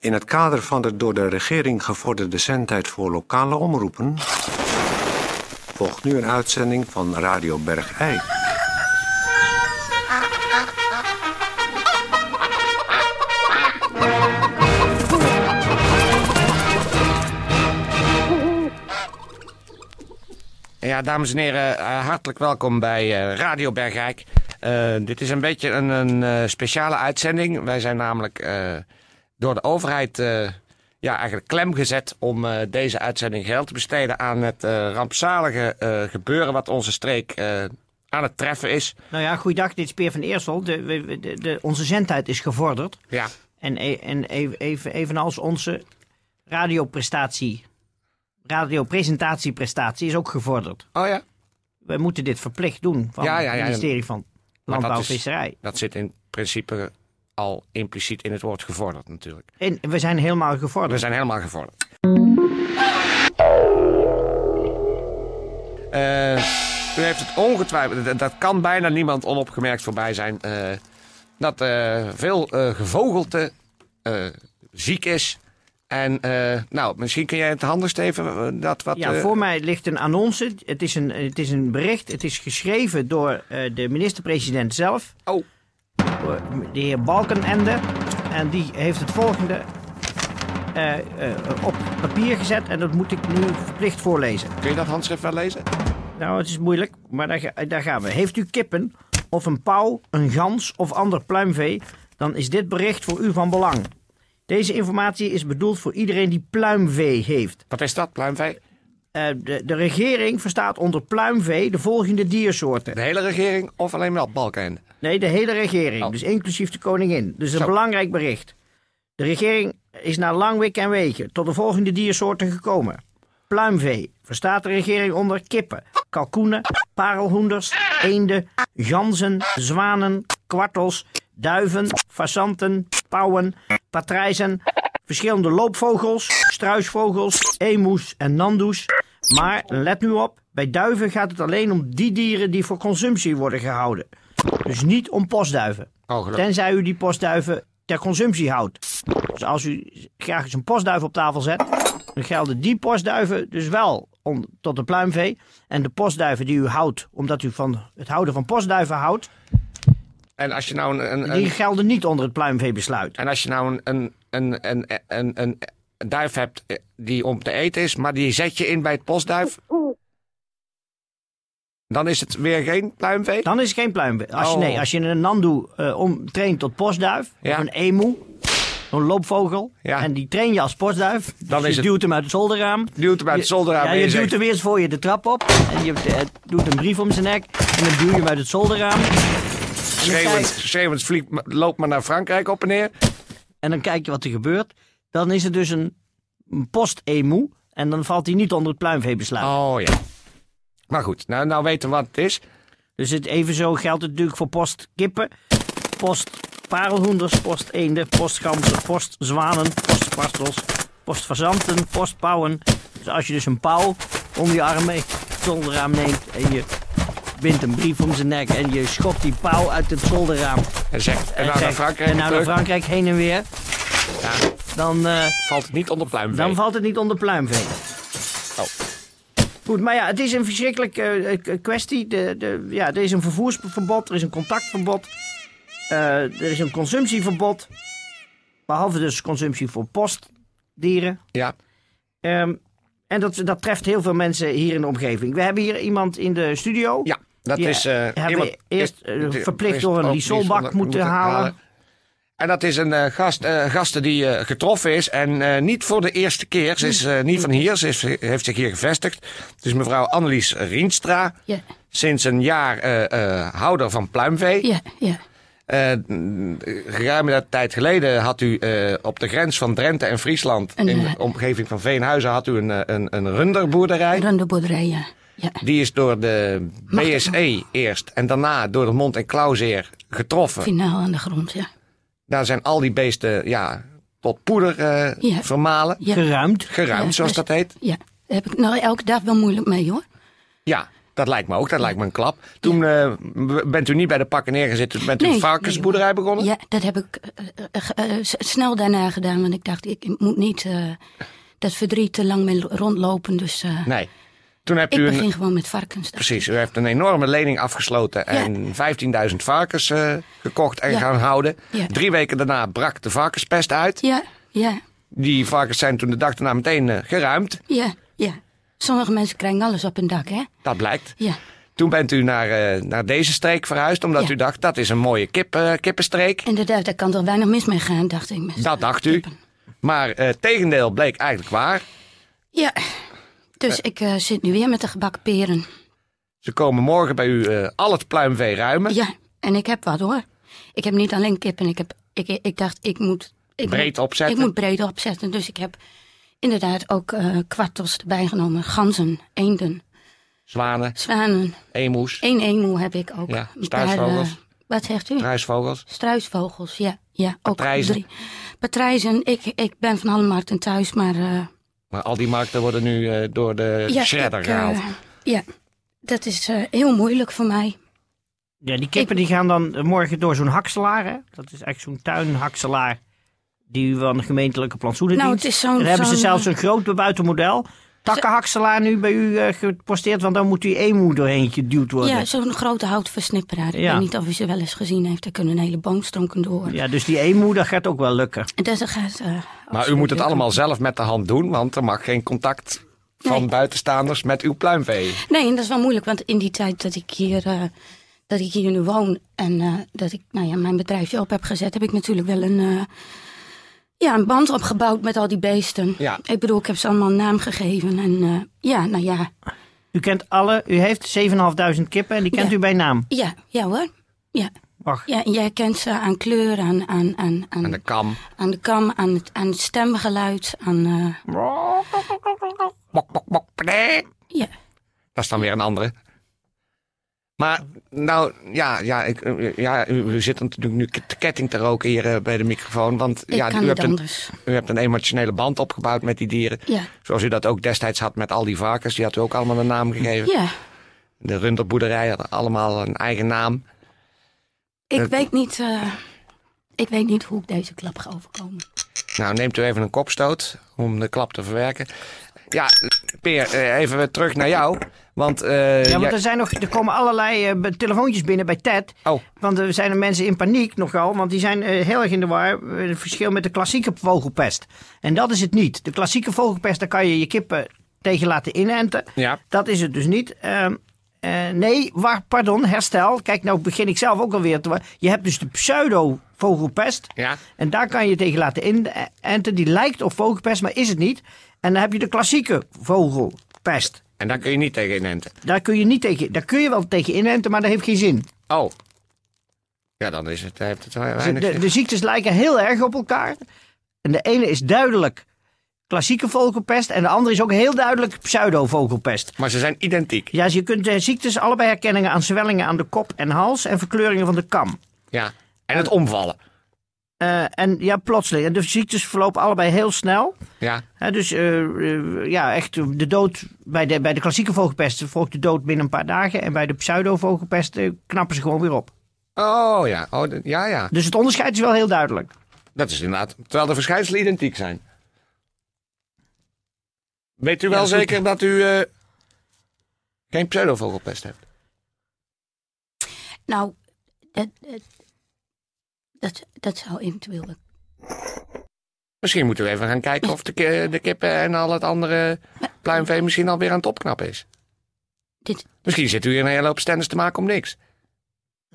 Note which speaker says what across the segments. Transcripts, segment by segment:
Speaker 1: In het kader van de door de regering gevorderde zendtijd voor lokale omroepen. volgt nu een uitzending van Radio Bergijk.
Speaker 2: Ja, dames en heren, eh, hartelijk welkom bij eh, Radio Bergrijk. Eh, dit is een beetje een, een eh, speciale uitzending. Wij zijn namelijk eh, door de overheid eh, ja, eigenlijk klem gezet om eh, deze uitzending geld te besteden aan het eh, rampzalige eh, gebeuren wat onze streek eh, aan het treffen is.
Speaker 3: Nou ja, goeiedag, dit is Peer van Eersel. De, we- we- de, de, onze zendtijd is gevorderd.
Speaker 2: Ja,
Speaker 3: En, e- en e- even, evenals onze radioprestatie, radiopresentatieprestatie is ook gevorderd.
Speaker 2: oh ja,
Speaker 3: We moeten dit verplicht doen van
Speaker 2: Ja, ja, ja.
Speaker 3: het ministerie van
Speaker 2: dat
Speaker 3: Landbouw en
Speaker 2: is-
Speaker 3: Visserij.
Speaker 2: dat zit in principe al impliciet in het woord gevorderd natuurlijk.
Speaker 3: En we zijn helemaal
Speaker 2: We
Speaker 3: gevorderd.
Speaker 2: zijn helemaal gevorderd. Eh, u heeft het ongetwijfeld, dat- dat kan bijna niemand onopgemerkt voorbij zijn, eh, dat eh, veel eh, gevogelte eh, ziek is. En eh, nou, misschien kun jij het handig Steven, eh, dat wat...
Speaker 3: Ja,
Speaker 2: eh,
Speaker 3: voor mij ligt een annonce. Het is een, het is een bericht. Het is geschreven door eh, de minister-president zelf.
Speaker 2: Oh,
Speaker 3: door de heer Balkenende. En die heeft het volgende eh, eh, op papier gezet. En dat moet ik nu verplicht voorlezen.
Speaker 2: kun je dat handschrift wel lezen?
Speaker 3: Nou, het is moeilijk, maar daar, ga- daar gaan we. Heeft u kippen of een pauw, een gans of ander pluimvee, dan is dit bericht voor u van belang. Deze informatie is bedoeld voor iedereen die pluimvee heeft.
Speaker 2: Wat is dat, pluimvee?
Speaker 3: Eh, de, de regering verstaat onder pluimvee de volgende diersoorten.
Speaker 2: De hele regering of alleen maar Balkenende?
Speaker 3: Nee, de hele regering.
Speaker 2: Oh.
Speaker 3: Dus inclusief de koningin. Dus een
Speaker 2: Zo.
Speaker 3: belangrijk bericht. De regering is na lang wik en wegen tot de volgende diersoorten gekomen. Pluimvee verstaat de regering onder kippen, kalkoenen, parelhoenders, eenden, ganzen, zwanen, kwartels, duiven, fazanten, pauwen, patrijzen, verschillende loopvogels, struisvogels, emus en nandoes. Maar let nu op, bij duiven gaat het alleen om die dieren die voor consumptie worden gehouden. Dus niet om postduiven.
Speaker 2: Oh, gelukkig.
Speaker 3: Tenzij u die postduiven ter consumptie houdt. Dus als u graag eens een postduif op tafel zet, dan gelden die postduiven dus wel om, tot de pluimvee. En de postduiven die u houdt, omdat u van het houden van postduiven houdt,
Speaker 2: En als je nou een... een,
Speaker 3: die
Speaker 2: een
Speaker 3: gelden niet onder het pluimveebesluit.
Speaker 2: en als je nou een, een, een, een, een, een, een duif hebt eh, die om te eten is, maar die zet je in bij het postduif. Dan is het weer geen pluimvee.
Speaker 3: Dan is het geen pluimvee. Als je,
Speaker 2: Oh.
Speaker 3: nee, als je een nandoe eh, omtraint tot postduif,
Speaker 2: Ja.
Speaker 3: of een emu, een loopvogel,
Speaker 2: Ja.
Speaker 3: en die train je als postduif, dan
Speaker 2: is
Speaker 3: je
Speaker 2: het-
Speaker 3: duwt hem uit het zolderraam.
Speaker 2: Duwt hem uit het zolderraam
Speaker 3: Ja,
Speaker 2: en
Speaker 3: je
Speaker 2: je
Speaker 3: duwt
Speaker 2: zegt-
Speaker 3: hem eerst voor je de trap op. En je eh, doet een brief om zijn nek. En dan duw je hem uit het zolderraam. En dan,
Speaker 2: Schreeuwend,
Speaker 3: kijk,
Speaker 2: schreeuwend vliegt, ma- loopt maar naar Frankrijk op en neer.
Speaker 3: en dan kijk je wat er gebeurt. Dan is het dus een, een post-emu. En dan valt hij niet onder het pluimveebesluit.
Speaker 2: Oh ja. Maar goed, nou, nou weten we wat het is.
Speaker 3: Dus het, evenzo geldt het natuurlijk voor postkippen. Postparelhoenders, posteenden, postganzen, postzwanen, postkwartels, postvazanten, postpauwen. Dus als je dus een pauw onder je arm mee het zolderraam neemt en je bindt een brief om zijn nek en je schopt die pauw uit het zolderraam.
Speaker 2: En zegt, en nou naar
Speaker 3: zegt-
Speaker 2: Frankrijk.
Speaker 3: en nou naar
Speaker 2: terug,
Speaker 3: Frankrijk heen en weer. Dan, eh,
Speaker 2: valt het niet onder pluimvee.
Speaker 3: dan valt het niet onder pluimvee.
Speaker 2: Oh.
Speaker 3: Goed, maar ja, het is een verschrikkelijke eh, k- kwestie. De, de, ja, er is een vervoersverbod, er is een contactverbod, eh, er is een consumptieverbod. Behalve dus consumptie voor postdieren.
Speaker 2: Ja,
Speaker 3: Ehm, en dat, dat treft heel veel mensen hier in de omgeving. We hebben hier iemand in de studio.
Speaker 2: ja, dat
Speaker 3: Die,
Speaker 2: is... eh,
Speaker 3: eh, hebben
Speaker 2: iemand-
Speaker 3: eerst, eh,
Speaker 2: eerst-
Speaker 3: verplicht
Speaker 2: eerst
Speaker 3: door een
Speaker 2: ook
Speaker 3: lysolbak
Speaker 2: lysolbak
Speaker 3: moeten halen.
Speaker 2: En dat is een eh, gast, eh gasten die eh, getroffen is. En eh, niet voor de eerste keer. Ze is
Speaker 3: Hmm.
Speaker 2: eh, niet van hier. Ze is- heeft zich hier gevestigd. Het is mevrouw Annelies Rienstra.
Speaker 4: Ja,
Speaker 2: Sinds een jaar eh, eh, houder van pluimvee.
Speaker 4: ja, ja.
Speaker 2: Eh, mm, geruime tijd geleden had u eh, op de grens van Drenthe en Friesland...
Speaker 4: Een,
Speaker 2: in
Speaker 4: eh,
Speaker 2: de omgeving van Veenhuizen had u een, eh, een, een runderboerderij.
Speaker 4: Runderboerderij, ja. ja.
Speaker 2: Die is door de
Speaker 4: Mag dat
Speaker 2: BSE eerst en daarna door de mond- en klauwzeer getroffen.
Speaker 4: Finaal aan de grond, ja.
Speaker 2: Daar zijn al die beesten ja, tot poeder eh,
Speaker 4: Ja.
Speaker 2: vermalen.
Speaker 4: ja.
Speaker 3: Geruimd.
Speaker 2: Geruimd,
Speaker 4: Ja,
Speaker 2: zoals
Speaker 4: dus-
Speaker 2: dat heet.
Speaker 4: Ja, daar heb ik nou elke dag wel moeilijk mee, hoor.
Speaker 2: Ja. Dat lijkt me ook, dat lijkt me een klap. Toen eh, b- bent u niet bij de pakken neergezet, toen bent u een varkensboerderij
Speaker 4: nee.
Speaker 2: begonnen?
Speaker 4: Ja, dat heb ik eh, eh, ge- eh, s- snel daarna gedaan. Want ik dacht, ik moet niet eh, dat verdriet te lang mee rondlopen. Dus eh,
Speaker 2: Nee. Toen hebt
Speaker 4: ik
Speaker 2: u
Speaker 4: begin
Speaker 2: een,
Speaker 4: gewoon met varkens.
Speaker 2: precies, u heeft een enorme lening afgesloten en 15.000 varkens eh, gekocht en
Speaker 4: Ja.
Speaker 2: gaan houden.
Speaker 4: Ja.
Speaker 2: Drie weken daarna brak de varkenspest uit.
Speaker 4: Ja, ja,
Speaker 2: Die varkens zijn toen de dag daarna meteen eh, geruimd.
Speaker 4: ja, ja. Sommige mensen krijgen alles op hun dak, hè?
Speaker 2: Dat blijkt.
Speaker 4: Ja,
Speaker 2: Toen bent u naar, eh, naar deze streek verhuisd, omdat
Speaker 4: Ja.
Speaker 2: u dacht, dat is een mooie kip, eh, kippenstreek.
Speaker 4: inderdaad, daar kan toch weinig mis mee gaan, dacht ik. met-
Speaker 2: Dat dacht u.
Speaker 4: kippen.
Speaker 2: Maar eh tegendeel bleek eigenlijk waar.
Speaker 4: Ja, dus ik eh, zit nu weer met de gebakken peren.
Speaker 2: Ze komen morgen bij u eh, al het pluimvee ruimen.
Speaker 4: Ja, en ik heb wat hoor. Ik heb niet alleen kippen. Ik, heb, ik, ik dacht, ik moet... Ik
Speaker 2: Breed
Speaker 4: moet-
Speaker 2: opzetten.
Speaker 4: Ik moet breed opzetten. Dus ik heb inderdaad ook eh kwartels erbij genomen. Ganzen, eenden,
Speaker 2: Zwanen,
Speaker 4: zwanen.
Speaker 2: emoes,
Speaker 4: Eén eenmoe heb ik ook.
Speaker 2: Ja,
Speaker 4: Een paar, eh,
Speaker 2: struisvogels.
Speaker 4: wat zegt u?
Speaker 2: struisvogels.
Speaker 4: Struisvogels, ja. ja ook
Speaker 2: Patrijzen.
Speaker 4: drie. Patrijzen, ik, ik ben van alle markten thuis, maar... eh,
Speaker 2: Maar al die markten worden nu eh, door de shredder
Speaker 4: ik, eh,
Speaker 2: gehaald.
Speaker 4: ja, dat is eh, heel moeilijk voor mij.
Speaker 3: Ja, die kippen die gaan dan eh, morgen door zo'n hakselaar. Hè? Dat is echt zo'n tuinhakselaar. Die van de gemeentelijke plantsoenen
Speaker 4: Nou, het is zo'n...
Speaker 3: Dan hebben ze
Speaker 4: zo'n, eh,
Speaker 3: zelfs een groot buitenmodel. Takkenhakselaar nu bij u eh, geposteerd, want dan moet die eenmoe doorheen geduwd worden.
Speaker 4: Ja, zo'n grote houtversnipperaar. Ik
Speaker 3: Ja.
Speaker 4: weet niet of u ze wel eens gezien heeft. Daar kunnen hele boomstronken door.
Speaker 3: Ja, dus die eenmoe, dat gaat ook wel lukken.
Speaker 4: En Dus dat gaat, eh,
Speaker 2: Maar u
Speaker 4: absoluut
Speaker 2: moet het
Speaker 4: lukken.
Speaker 2: allemaal zelf met de hand doen, want er mag geen contact van
Speaker 4: Nee.
Speaker 2: buitenstaanders met uw pluimvee.
Speaker 4: Nee, en dat is wel moeilijk. Want in die tijd dat ik hier, eh, dat ik hier nu woon... en eh, dat ik nou ja, mijn bedrijfje op heb gezet... heb ik natuurlijk wel een, eh, ja, een band opgebouwd met al die beesten.
Speaker 2: Ja.
Speaker 4: Ik bedoel, ik heb ze allemaal een naam gegeven. En eh, ja, nou ja.
Speaker 3: U kent alle, u heeft 7.500 kippen en die kent
Speaker 4: Ja.
Speaker 3: u bij naam.
Speaker 4: Ja, ja hoor. Ja.
Speaker 3: Wacht,
Speaker 4: ja, en jij kent ze aan kleur, aan, aan, aan,
Speaker 2: En
Speaker 4: aan,
Speaker 2: de kam.
Speaker 4: aan de kam, aan het, aan het stemgeluid, aan... eh,
Speaker 2: Mok, mok, mok, nee.
Speaker 4: ja.
Speaker 2: Dat is dan weer een andere. Maar, nou, ja, ja, ik, eh, ja u, u zit natuurlijk nu k- de ketting te roken hier eh, bij de microfoon. Want
Speaker 4: Ik
Speaker 2: ja,
Speaker 4: kan
Speaker 2: u,
Speaker 4: niet
Speaker 2: hebt een,
Speaker 4: anders.
Speaker 2: u hebt een emotionele band opgebouwd met die dieren.
Speaker 4: Ja.
Speaker 2: Zoals u dat ook destijds had met al die varkens. Die had u ook allemaal een naam gegeven.
Speaker 4: Ja,
Speaker 2: De runderboerderij hadden allemaal een eigen naam.
Speaker 4: ik
Speaker 2: Het-
Speaker 4: weet niet. eh, ik weet niet hoe ik deze klap ga overkomen.
Speaker 2: Nou, neemt u even een kopstoot om de klap te verwerken. Ja, Peer, eh, even weer terug naar jou. Want, eh,
Speaker 3: ja, want
Speaker 2: jij-
Speaker 3: er, zijn nog, er komen allerlei eh, be- telefoontjes binnen bij Ted.
Speaker 2: Oh,
Speaker 3: Want er zijn er mensen in paniek nogal, want die zijn eh, heel erg in de war. eh, Het verschil met de klassieke vogelpest. En dat is het niet. De klassieke vogelpest, daar kan je je kippen tegen laten inenten.
Speaker 2: Ja.
Speaker 3: Dat is het dus niet. Ehm, eh, nee, waar, pardon, herstel. Kijk, nou begin ik zelf ook alweer te... wa- Je hebt dus de pseudo-vogelpest.
Speaker 2: ja.
Speaker 3: En daar kan je tegen laten inenten. Die lijkt op vogelpest, maar is het niet. En dan heb je de klassieke vogelpest.
Speaker 2: En daar kun je niet tegen inenten.
Speaker 3: Daar kun je, niet tegen, daar kun je wel tegen inenten, maar dat heeft geen zin.
Speaker 2: Oh. Ja, dan is het, heeft het we-
Speaker 3: Ze-
Speaker 2: weinig
Speaker 3: Dus De,
Speaker 2: zin.
Speaker 3: de ziektes lijken heel erg op elkaar. En de ene is duidelijk klassieke vogelpest. En de andere is ook heel duidelijk pseudo-vogelpest.
Speaker 2: Maar ze zijn identiek.
Speaker 3: Ja, dus je kunt de ziektes allebei herkennen aan zwellingen aan de kop en hals en verkleuringen van de kam.
Speaker 2: Ja. En
Speaker 3: Oh.
Speaker 2: het omvallen.
Speaker 3: Eh, en ja, plotseling. En de ziektes verlopen allebei heel snel.
Speaker 2: Ja.
Speaker 3: Hè, dus eh, eh, ja, echt de dood bij de, bij de klassieke vogelpest volgt de dood binnen een paar dagen. En bij de pseudo-vogelpest eh, knappen ze gewoon weer op.
Speaker 2: Oh ja. Oh, d- ja, ja.
Speaker 3: Dus het onderscheid is wel heel duidelijk.
Speaker 2: Dat is inderdaad. Terwijl de verschijnselen identiek zijn. Weet u wel
Speaker 3: dat is
Speaker 2: zeker dat u eh, geen pseudovogelpest hebt?
Speaker 4: Nou, dat, dat, dat, dat zou eventueel. wel-
Speaker 2: Misschien moeten we even gaan kijken of de, ki- de kippen en al het andere pluimvee misschien alweer aan het opknappen is.
Speaker 4: Dit,
Speaker 2: Misschien zit u hier een hele hoop stennis te maken om niks.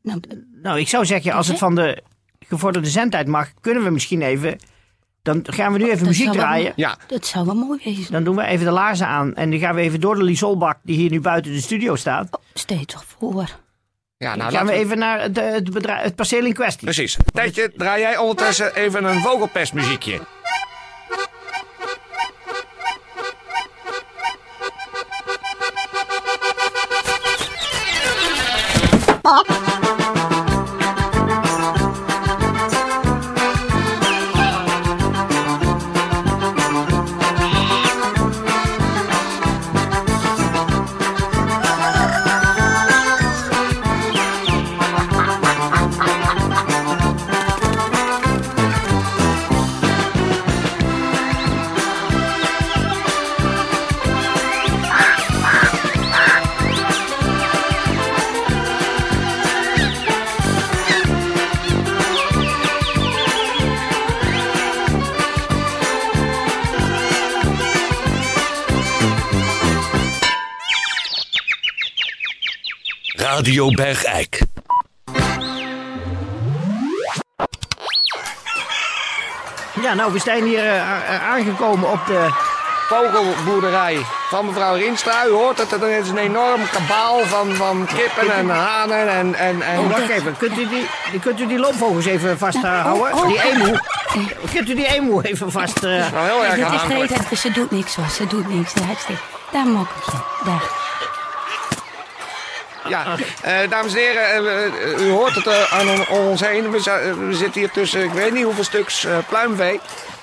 Speaker 4: nou, d-
Speaker 3: Nou, ik zou zeggen, als het van de gevorderde zendtijd mag, kunnen we misschien even. Dan gaan we nu even
Speaker 4: Oh, dat
Speaker 3: muziek
Speaker 4: zou wel-
Speaker 3: draaien.
Speaker 2: Ja,
Speaker 4: dat zou wel mooi wezen.
Speaker 3: Dan doen we even de laarzen aan. En dan gaan we even door de Lisolbak, die hier nu buiten de studio staat.
Speaker 4: Steeds toch voor.
Speaker 2: ja nou
Speaker 3: dan
Speaker 2: laten
Speaker 3: gaan
Speaker 2: we
Speaker 3: we
Speaker 2: Dus-
Speaker 3: even naar het, eh, het, bedra- het perceel in kwestie.
Speaker 2: Precies. Tijdje, draai jij ondertussen even een vogelpestmuziekje.
Speaker 5: Radio Bergijk.
Speaker 3: Ja, nou, we zijn hier eh, a- a- aangekomen op de...
Speaker 2: Oh, Vogelboerderij van mevrouw Rinstra. U hoort het, er is een enorm kabaal van, van kippen en hanen en... en, en...
Speaker 3: Oh, wacht even. Kunt u die, kunt u die loopvogels even vasthouden?
Speaker 4: Oh, oh.
Speaker 3: Die emu. Kunt u die emu even vast...
Speaker 2: Nou,
Speaker 3: eh,
Speaker 2: heel erg
Speaker 4: Dit is de hele
Speaker 2: aanhankelijk.
Speaker 4: tijd- ze doet niks hoor, ze doet niks. Daar, is die- daar mokkertje, daar.
Speaker 2: Ja, eh, dames en heren, eh, we- eh, u hoort het eh, aan on- om ons heen. We, za- eh, we zitten hier tussen, ik weet niet hoeveel stuks eh, pluimvee.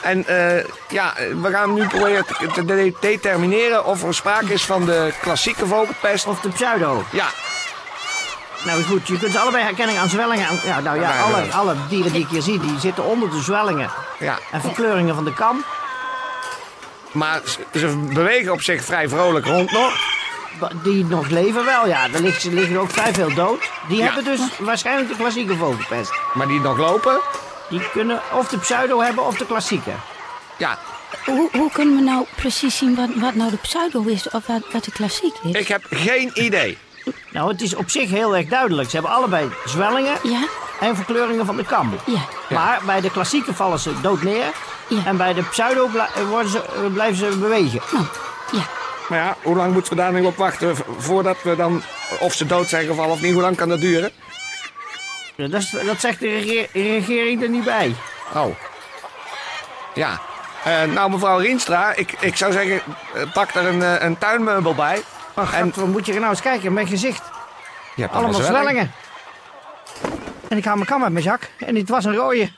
Speaker 2: En eh, ja, eh, we gaan nu proberen te, te de- determineren of er sprake is van de klassieke vogelpest.
Speaker 3: Of de pseudo.
Speaker 2: Ja,
Speaker 3: Nou goed, je kunt ze allebei herkennen aan zwellingen. aan- Ja, nou ja,
Speaker 2: Ja, ja.
Speaker 3: alle, alle dieren die ik hier zie, die zitten onder de zwellingen
Speaker 2: ja.
Speaker 3: en verkleuringen van de kam.
Speaker 2: Maar ze- ze bewegen op zich vrij vrolijk rond nog.
Speaker 3: Ba- Die nog leven wel, ja. Er ligt- er liggen ook vrij veel dood. Die
Speaker 2: Ja.
Speaker 3: hebben dus waarschijnlijk de klassieke vogelpest.
Speaker 2: Maar die nog lopen.
Speaker 3: Die kunnen of de pseudo hebben of de klassieke.
Speaker 2: Ja,
Speaker 4: Hoe, hoe kunnen we nou precies zien wat, wat nou de pseudo is of wat, wat de klassiek is?
Speaker 2: ik heb geen idee.
Speaker 3: Nou, het is op zich heel erg duidelijk. Ze hebben allebei zwellingen
Speaker 4: Ja,
Speaker 3: en verkleuringen van de kam.
Speaker 4: ja.
Speaker 3: Maar bij de klassieke vallen ze dood neer.
Speaker 4: Ja.
Speaker 3: En bij de pseudo blij- worden ze, eh, blijven ze bewegen.
Speaker 4: Nou, ja.
Speaker 2: Maar ja, hoe lang moeten we daar nu op wachten v- voordat we dan, of ze dood zijn gevallen of niet, hoe lang kan dat duren?
Speaker 3: Ja, Dat, is- dat zegt de regeer- regering er niet bij.
Speaker 2: Oh. Ja. Eh, nou, mevrouw Rienstra, ik, ik zou zeggen, eh, pak er een, eh, een tuinmeubel bij.
Speaker 3: en wat moet je er nou eens kijken? Mijn gezicht.
Speaker 2: Je hebt
Speaker 3: Allemaal
Speaker 2: een zwelling.
Speaker 3: zwellingen. En ik haal mijn kam uit mijn zak. En dit was een rode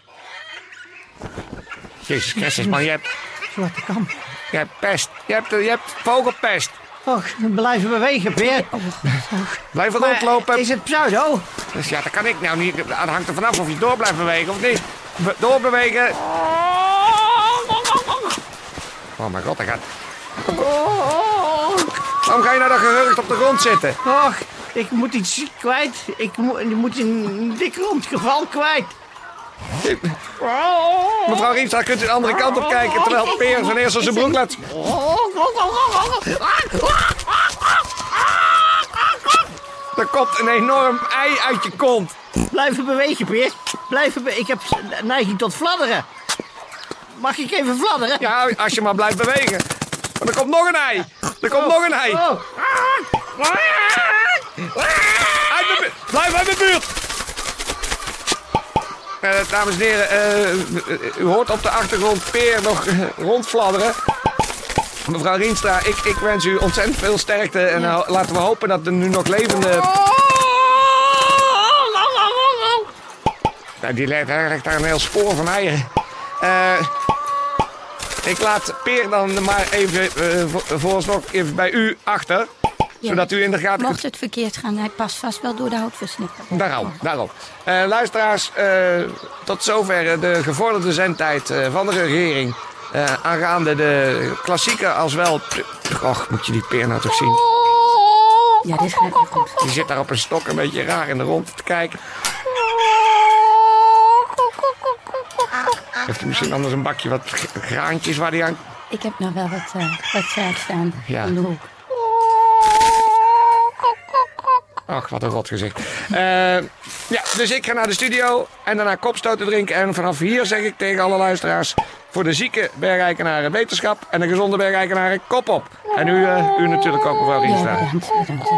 Speaker 2: Jezus Christus, man, je hebt,
Speaker 3: zwarte kam.
Speaker 2: je hebt pest. Je hebt, eh, je hebt vogelpest.
Speaker 3: Och, blijven bewegen, Peer.
Speaker 4: Oh, God.
Speaker 2: Blijf
Speaker 3: Maar
Speaker 2: rondlopen.
Speaker 3: Is het pseudo?
Speaker 2: Dus ja, dat kan ik nou niet. Dat hangt er vanaf of je door blijft bewegen of niet. Be- doorbewegen. Oh mijn god, dat gaat... Waarom ga je nou dan gehurkt op de grond zitten?
Speaker 3: Oh, Och, ik moet iets kwijt. Ik mo- ik moet een dik rond geval kwijt.
Speaker 2: Mevrouw Rienstra, kunt u de andere kant op kijken... terwijl Peer zijn eerste zijn broek laat... Er komt een enorm ei uit je kont.
Speaker 3: Blijven bewegen, Peer. Blijven be- Ik heb neiging tot fladderen. Mag ik even fladderen?
Speaker 2: Ja, als je maar blijft bewegen. Want er komt nog een ei. Er komt nog een ei.
Speaker 3: Oh,
Speaker 2: Uit mijn bu- Blijf uit mijn buurt. Eh, dames en heren, eh, eh, u hoort op de achtergrond Peer nog eh, rondfladderen. Mevrouw Rienstra, ik, ik wens u ontzettend veel sterkte. En nou, laten we hopen dat de nu nog levende... Nou, die legt eigenlijk daar een heel spoor van eieren. Eh, ik laat Peer dan maar even eh, vo- vooralsnog even bij u achter.
Speaker 4: Ja.
Speaker 2: Zodat u in de gaten kunt
Speaker 4: Mocht het verkeerd gaan, hij past vast wel door de houtversnipper.
Speaker 2: Daarom, daarom. Eh, luisteraars, eh, tot zover eh, de gevorderde zendtijd eh, van de regering. eh, aangaande de klassieke als wel... Och, moet je die peer nou toch zien?
Speaker 4: Ja, dit gaat niet goed.
Speaker 2: Die zit daar op een stok een beetje raar in de rond te kijken. Heeft hij misschien anders een bakje wat g- graantjes waar hij aan...
Speaker 4: Ik heb nog wel wat, eh wat zaad staan
Speaker 2: Ja.
Speaker 4: in de hoek.
Speaker 2: Ach, wat een rot gezicht. Eh, ja, dus ik ga naar de studio en daarna kopstoten drinken. En vanaf hier zeg ik tegen alle luisteraars... voor de zieke bergrijkenaren wetenschap... en de gezonde bergrijkenaren kop op. En u, eh, u natuurlijk ook, mevrouw
Speaker 4: Ja,
Speaker 2: Rienstra.
Speaker 4: bedankt, bedankt.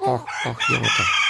Speaker 2: Och, och, jongen toch.